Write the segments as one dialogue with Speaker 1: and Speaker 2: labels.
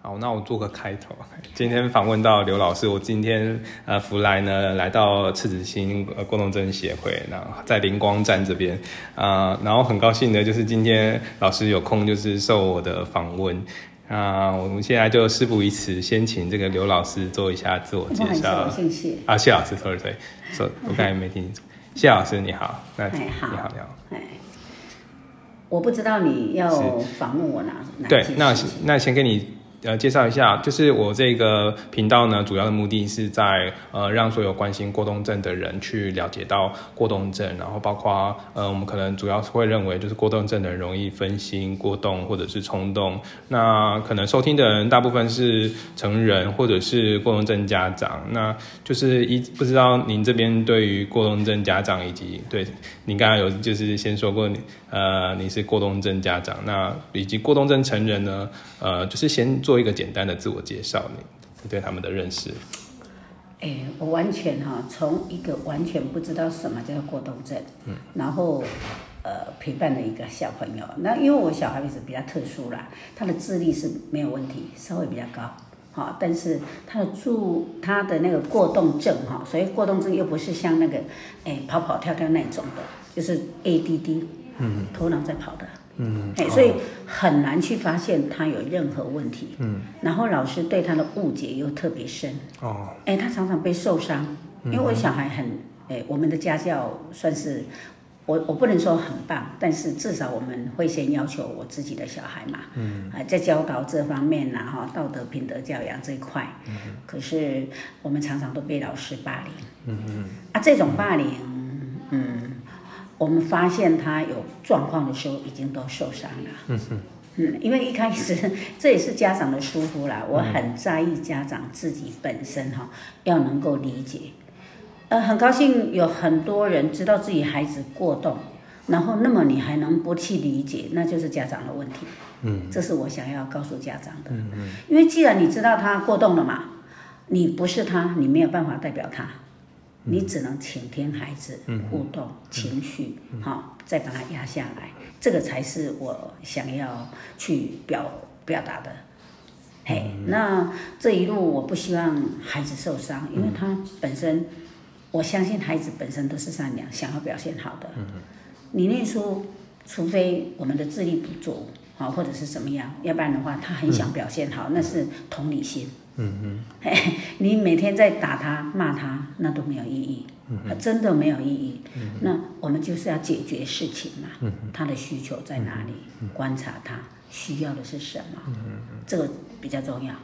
Speaker 1: 好，那我做个开头。 今天访问到刘老师，我今天呃福来呢来到赤子心呃过动症协会，然后在灵光站这边啊、呃然后很高兴的就是今天老师有空就是受我的访问。那、我们现在就事不宜迟，先请这个刘老师做一下自我
Speaker 2: 不
Speaker 1: 介
Speaker 2: 好意思，
Speaker 1: 绍
Speaker 2: 我。姓哦谢。
Speaker 1: 啊，谢老师，sorry sorry，说我刚才没听清楚。谢老师你好，那
Speaker 2: 哎
Speaker 1: 你
Speaker 2: 好
Speaker 1: 好你好，
Speaker 2: 哎，我不知道你要
Speaker 1: 是
Speaker 2: 访问我哪哪
Speaker 1: 对
Speaker 2: 些，
Speaker 1: 那
Speaker 2: 事情
Speaker 1: 那先跟你呃介绍一下，就是我这个频道呢，主要的目的是在呃让所有关心过动症的人去了解到过动症，然后包括呃我们可能主要是会认为就是过动症的人容易分心、过动或者是冲动，那可能收听的人大部分是成人或者是过动症家长，那就是一不知道您这边对于过动症家长以及对您刚刚有就是先说过你呃你是过动症家长，那以及过动症成人呢，呃就是先做一个简单的自我介绍，你你对他们的认识
Speaker 2: 哎，我完全哈、从一个完全不知道什么叫过动症，嗯，然后呃陪伴了一个小朋友。那因为我小孩子比较特殊啦，他的智力是没有问题，稍微比较高。好、但是他的注他的那个过动症哈、所以过动症又不是像那个哎跑跑跳跳那种的，就是 ADD，嗯，头脑在跑的，嗯，哎，所以很难去发现他有任何问题，嗯，然后老师对他的误解又特别深，
Speaker 1: 哦，
Speaker 2: 哎，他常常被受伤，因为我小孩很，哎，我们的家教算是，我我不能说很棒，但是至少我们会先要求我自己的小孩嘛，嗯，啊、在教导这方面呐、哈，道德品德教养这一块，嗯，可是我们常常都被老师霸凌，嗯嗯，啊，这种霸凌，嗯，我们发现他有状况的时候，已经都受伤了，嗯嗯，因为一开始 这也是家长的疏忽啦，我很在意家长自己本身哈、要能够理解。呃，很高兴有很多人知道自己孩子过动，然后那么你还能不去理解，那就是家长的问题。嗯，这是我想要告诉家长的。嗯嗯，因为既然你知道他过动了嘛，你不是他，你没有办法代表他。你只能倾听孩子互动、情绪，好、再把它压下来，这个才是我想要去表表达的。嘿，那这一路我不希望孩子受伤，因为他本身，我相信孩子本身都是善良，想要表现好的。你念书，除非我们的智力不足，好、或者是怎么样，要不然的话，他很想表现好，那是同理心。你每天在打他、骂他，那都没有意义，呃真的没有意义。那我们就是要解决事情嘛，他的需求在哪里，观察他需要的是什么，这个比较重要。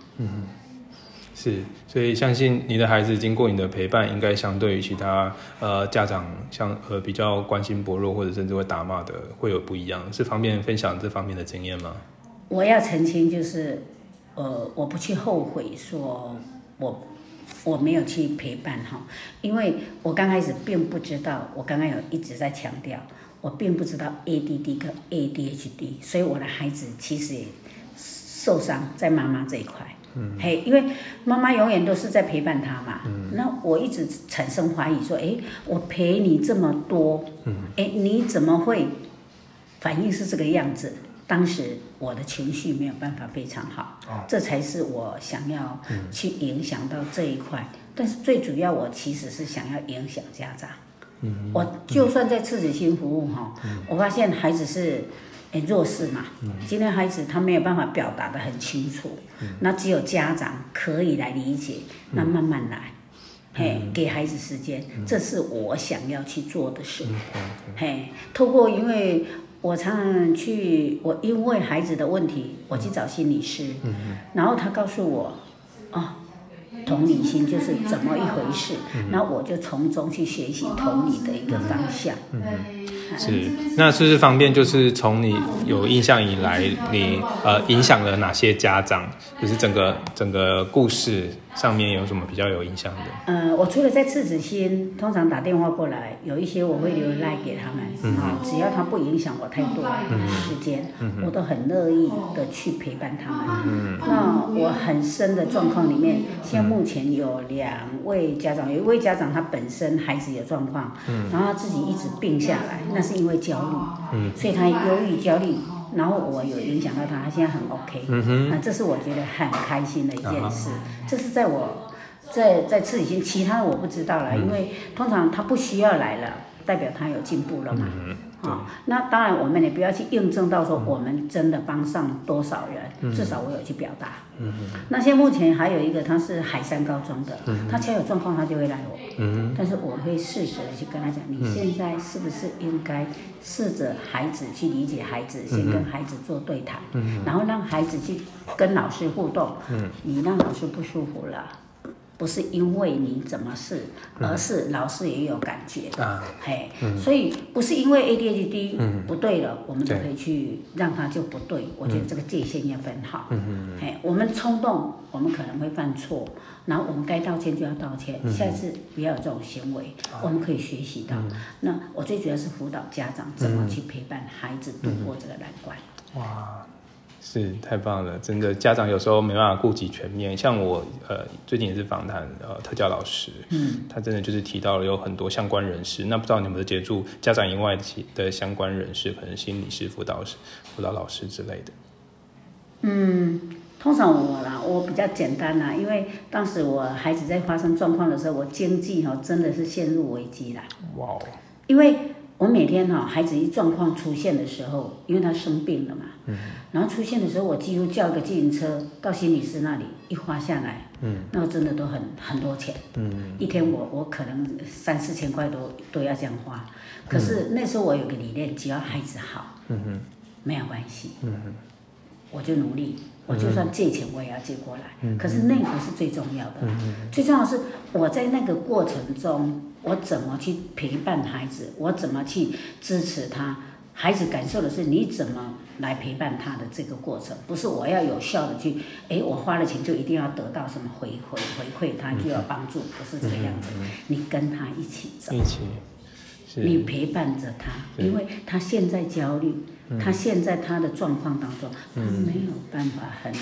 Speaker 1: 是，所以相信你的孩子经过你的陪伴，应该相对于其他呃家长像呃比较关心薄弱或者甚至会打骂的会有不一样，是方便分享这方面的经验吗？
Speaker 2: 我要澄清就是，呃，我不去后悔说我我没有去陪伴哈，因为我刚开始并不知道，我刚刚有一直在强调，我并不知道 ADD 跟 ADHD，所以我的孩子其实也受伤在妈妈这一块。嗯，嘿，因为妈妈永远都是在陪伴他嘛。嗯，那我一直产生怀疑，说，哎，我陪你这么多，嗯，哎，你怎么会反应是这个样子。当时我的情绪没有办法非常好，这才是我想要去影响到这一块。但是最主要，我其实是想要影响家长。嗯，我就算在赤子心服务哈，我发现孩子是。诶弱势嘛，今天孩子他没有办法表达的很清楚，那只有家长可以来理解，那慢慢来，嘿，给孩子时间，这是我想要去做的事，嘿，透过因为我常常去，我因为孩子的问题，我去找心理师，然后他告诉我，哦，同理心就是怎么一回事，那我就从中去学习同理的一个方向。
Speaker 1: 是，那是不是方便？就是从你有印象以来，你呃影响了哪些家长？就是整个整个故事上面有什么比较有影响的？
Speaker 2: 呃，我除了在赤子心，通常打电话过来，有一些我会留赖给他们，啊、只要他不影响我太多时间，我都很乐意的去陪伴他们。那我很深的状况里面，现在目前有两位家长，有一位家长他本身孩子有状
Speaker 1: 嗯
Speaker 2: 况，然后他自己一直病下来，那是因为焦虑，所以他忧郁、焦虑然后我有影响到他，他现在很 OK，
Speaker 1: 嗯哼，嗯
Speaker 2: 啊，这是我觉得很开心的一件事，这是在我在在自己心，其他的我不知道
Speaker 1: 嗯
Speaker 2: 了，因为通常他不需要来了，代表他有进步了嘛。
Speaker 1: 嗯，
Speaker 2: 啊、那当然，我们也不要去印证到说我们真的帮上多少人，至少我有去表达。嗯那现在目前还有一个，他是海山高中的，
Speaker 1: 嗯
Speaker 2: 他只要有状况，他就会来我。嗯。但是我会适时的去跟他讲，你现在是不是应该试着孩子去理解孩子，先跟孩子做对谈，然后让孩子去跟老师互动。嗯。你让老师不舒服了。不是因为你怎么试，而是老师也有感觉。
Speaker 1: 啊，
Speaker 2: 嘿，所以不是因为 ADHD 不对了，我们就
Speaker 1: 对
Speaker 2: 可以去让它就不对。我觉得这个界限要分好。嘿，我们冲动，我们可能会犯错，然后我们该道歉就要道歉，下次不要有这种行为，我们可以学习到。那我最主要是辅导家长怎么去陪伴孩子度过这个难关。
Speaker 1: 哇，是太棒了！真的，家长有时候没办法顾及全面。像我呃，最近也是访谈呃特教老师，嗯，他真的就是提到了有很多相关人士。那不知道你们有没有接触家长以外其的相关人士，可能心理师、辅导师、辅导老师之类的。
Speaker 2: 通常我啦，我比较简单啦，因为当时我孩子在发生状况的时候，我经济哈、真的是陷入危机啦。
Speaker 1: 哇哦，
Speaker 2: 因为我每天哈、孩子一状况出现的时候，因为他生病了嘛，嗯，然后出现的时候，我几乎叫一个自行车到心理师那里，一花下来，嗯，那真的都很很多钱，嗯，一天我我可能三四千块都都要这样花，可是那时候我有个理念，只要孩子好，嗯哼，没有关系，嗯我就努力。我就算借钱，我也要借过来。可是那不是最重要的，最重要的是我在那个过程中，我怎么去陪伴孩子，我怎么去支持他，孩子感受的是你怎么来陪伴他的这个过程，不是我要有效的去，诶，我花了钱就一定要得到什么回回回馈，他就要帮助，不是这个样子。你跟他一起走，
Speaker 1: 一起
Speaker 2: 你
Speaker 1: 是
Speaker 2: 陪伴着他，因为他现在焦虑，他现在他的状况当中，他没有办法很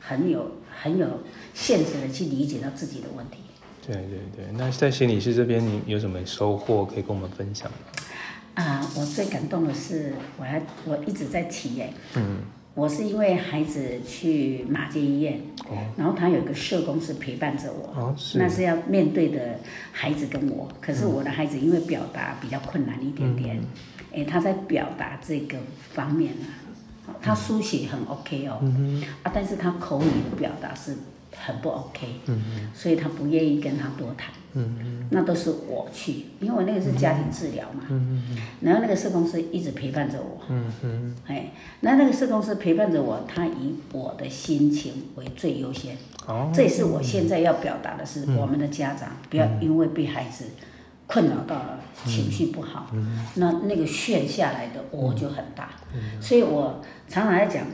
Speaker 2: 很有很有现实的去理解到自己的问题。
Speaker 1: 对对对。那在心理师这边，你有什么收获可以跟我们分享吗？
Speaker 2: 啊，我最感动的是，我还我一直在提耶。嗯。我是因为孩子去马街医院，然后他有一个社工是陪伴着我，
Speaker 1: 哦是嗯
Speaker 2: 那是要面对的孩子跟我。可是我的孩子因为表达比较困难一点点，诶，他在表达这个方面啊，他
Speaker 1: 嗯
Speaker 2: 书写很 OK 哦，啊，但是他口语的表达是很不 OK，所以
Speaker 1: 嗯
Speaker 2: 他不愿意跟他多谈。那都是我去，因为我那个是家庭治疗嘛，然后那个社工师一直陪伴着我，嗯嗯，哎，那那个社工师陪伴着我，他以我的心情为最优先，
Speaker 1: 哦，
Speaker 2: 这也是我现在要表达的是，我们的家长不要因为被孩子困扰到了，情绪不好，那那个炫下来的我就很大，所以我常常在讲，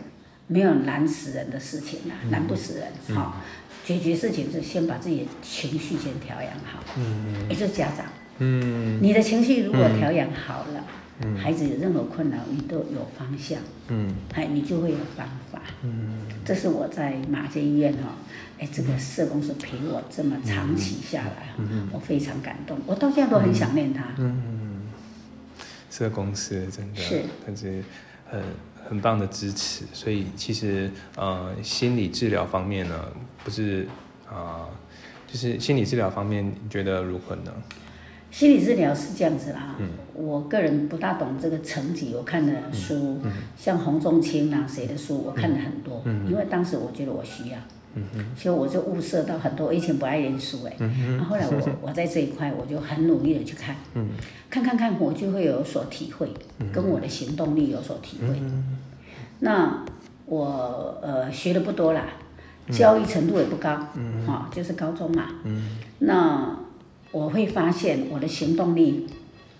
Speaker 2: 没有难死人的事情啊，难不死人，哈、解决事情是先把自己的情绪先调养好，嗯，也就是家长，嗯，你的情绪如果调养好了，孩子有任何困扰，你都有方向，
Speaker 1: 嗯，
Speaker 2: 哎，你就会有方法，嗯，这是我在马街医院哈、哎，这个社工是陪我这么长期下来，嗯、我非常感动，我到现在都很想念他，
Speaker 1: 社公司真的
Speaker 2: 是，
Speaker 1: 但是很很棒的支持。所以其实呃，心理治疗方面呢，不是啊、呃就是心理治疗方面，你觉得如何呢？
Speaker 2: 心理治疗是这样子啦，我个人不大懂这个层级，我看的书，像洪仲卿啊谁的书，我看了很多，因为当时我觉得我需要，所以我就物色到很多，我以前不爱念书哎、然后后来我 我在这一块我就很努力的去看，看看看我就会有所体会，跟我的行动力有所体会。那我呃学的不多啦，教育程度也不高，哈、就是高中嘛，那我会发现我的行动力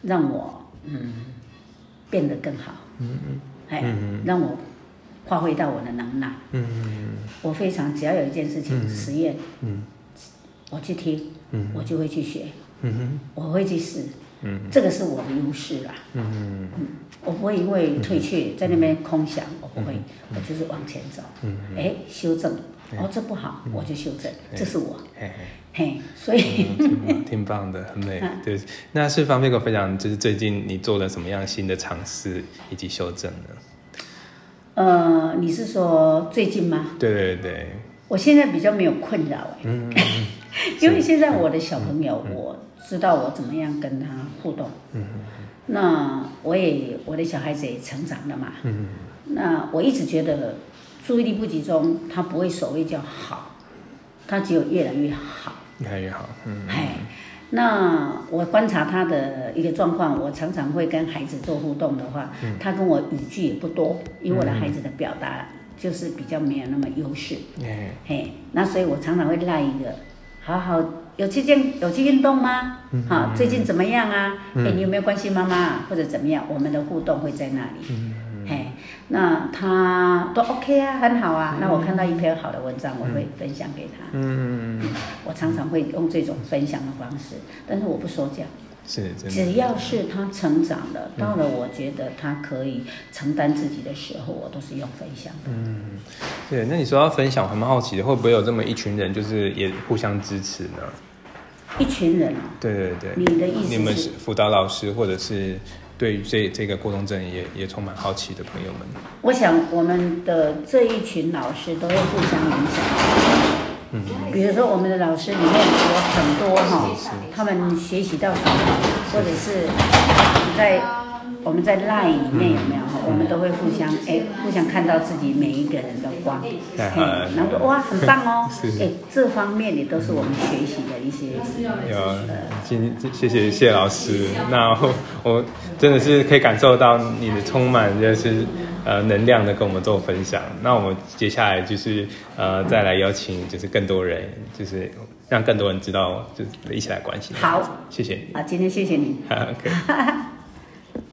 Speaker 2: 让我嗯变得更好，嗯嗯，哎，让我发挥到我的能耐，嗯我非常只要有一件事情实验，嗯，我去听，嗯，我就会去学，嗯我会去试，嗯，这个是我的优势啦，嗯我不会因为退却在那边空想，我不会，我就是往前走，嗯，哎，修正，哦，这不好，我就修正，这是我，
Speaker 1: 嘿嘿。
Speaker 2: 嘿，所以。
Speaker 1: 嗯挺棒挺棒的，很美。对，那是方便跟我分享，就是最近你做了什么样新的尝试以及修正呢？
Speaker 2: 呃，你是说最近吗？
Speaker 1: 对对对，
Speaker 2: 我现在比较没有困扰、欸， 因为现在我的小朋
Speaker 1: 嗯
Speaker 2: 友，我知道我怎么样跟他互动，
Speaker 1: 嗯
Speaker 2: 那我也我的小孩子也成长了嘛，
Speaker 1: 嗯
Speaker 2: 那我一直觉得注意力不集中，他不会所谓叫好，他只有越来越好，
Speaker 1: 越来越好，嗯
Speaker 2: 哎，那我观察他的一个状况，我常常会跟孩子做互动的话，
Speaker 1: 嗯
Speaker 2: 他跟我语句也不多，因为我的孩子的表达就是比较没有那么优势。
Speaker 1: 哎，
Speaker 2: 嘿，那所以我常常会赖一个，好好有去健有去运动吗？
Speaker 1: 嗯
Speaker 2: 好、最近怎么样啊？哎、你有没有关心妈妈啊或者怎么样？我们的互动会在那里。
Speaker 1: 嗯
Speaker 2: 嘿，那他都 OK 啊，很好啊。那我看到一篇好的文章，我会分享给他。
Speaker 1: 嗯，
Speaker 2: 我常常会用这种分享的方式，但是我不说教。
Speaker 1: 是嗯真的，嗯
Speaker 2: 只要是他成长了，到了我觉得他可以承担自己的时候，我都是用分享
Speaker 1: 嗯
Speaker 2: 的。
Speaker 1: 对。那你说要分享，我还蛮好奇的，会不会有这么一群人，就是也互相支持呢？
Speaker 2: 一群人哦，
Speaker 1: 对对对，
Speaker 2: 你的意思
Speaker 1: 你们
Speaker 2: 是
Speaker 1: 辅导老师或者是对于这这个过动症也也充满好奇的朋友们，
Speaker 2: 我想我们的这一群老师都会互相影响。嗯，比如说我们的老师里面有很多哈、他们学习到什么，或者是在我们在 LINE 里面有没有哈、我们都会互相哎、互相看到自己每一个人的光，
Speaker 1: 太
Speaker 2: 哎
Speaker 1: 好了
Speaker 2: 然后说哇很棒哦
Speaker 1: 是，
Speaker 2: 哎这方面也都是我们学习的一些
Speaker 1: 有，啊今谢谢谢老师，那我我真的是可以感受到你的充满就是呃能量的跟我们做分享。那我们接下来就是呃再来邀请就是更多人，就是让更多人知道，就是一起来关心。
Speaker 2: 好
Speaker 1: 谢谢你。
Speaker 2: 啊，今天谢谢你。
Speaker 1: OK。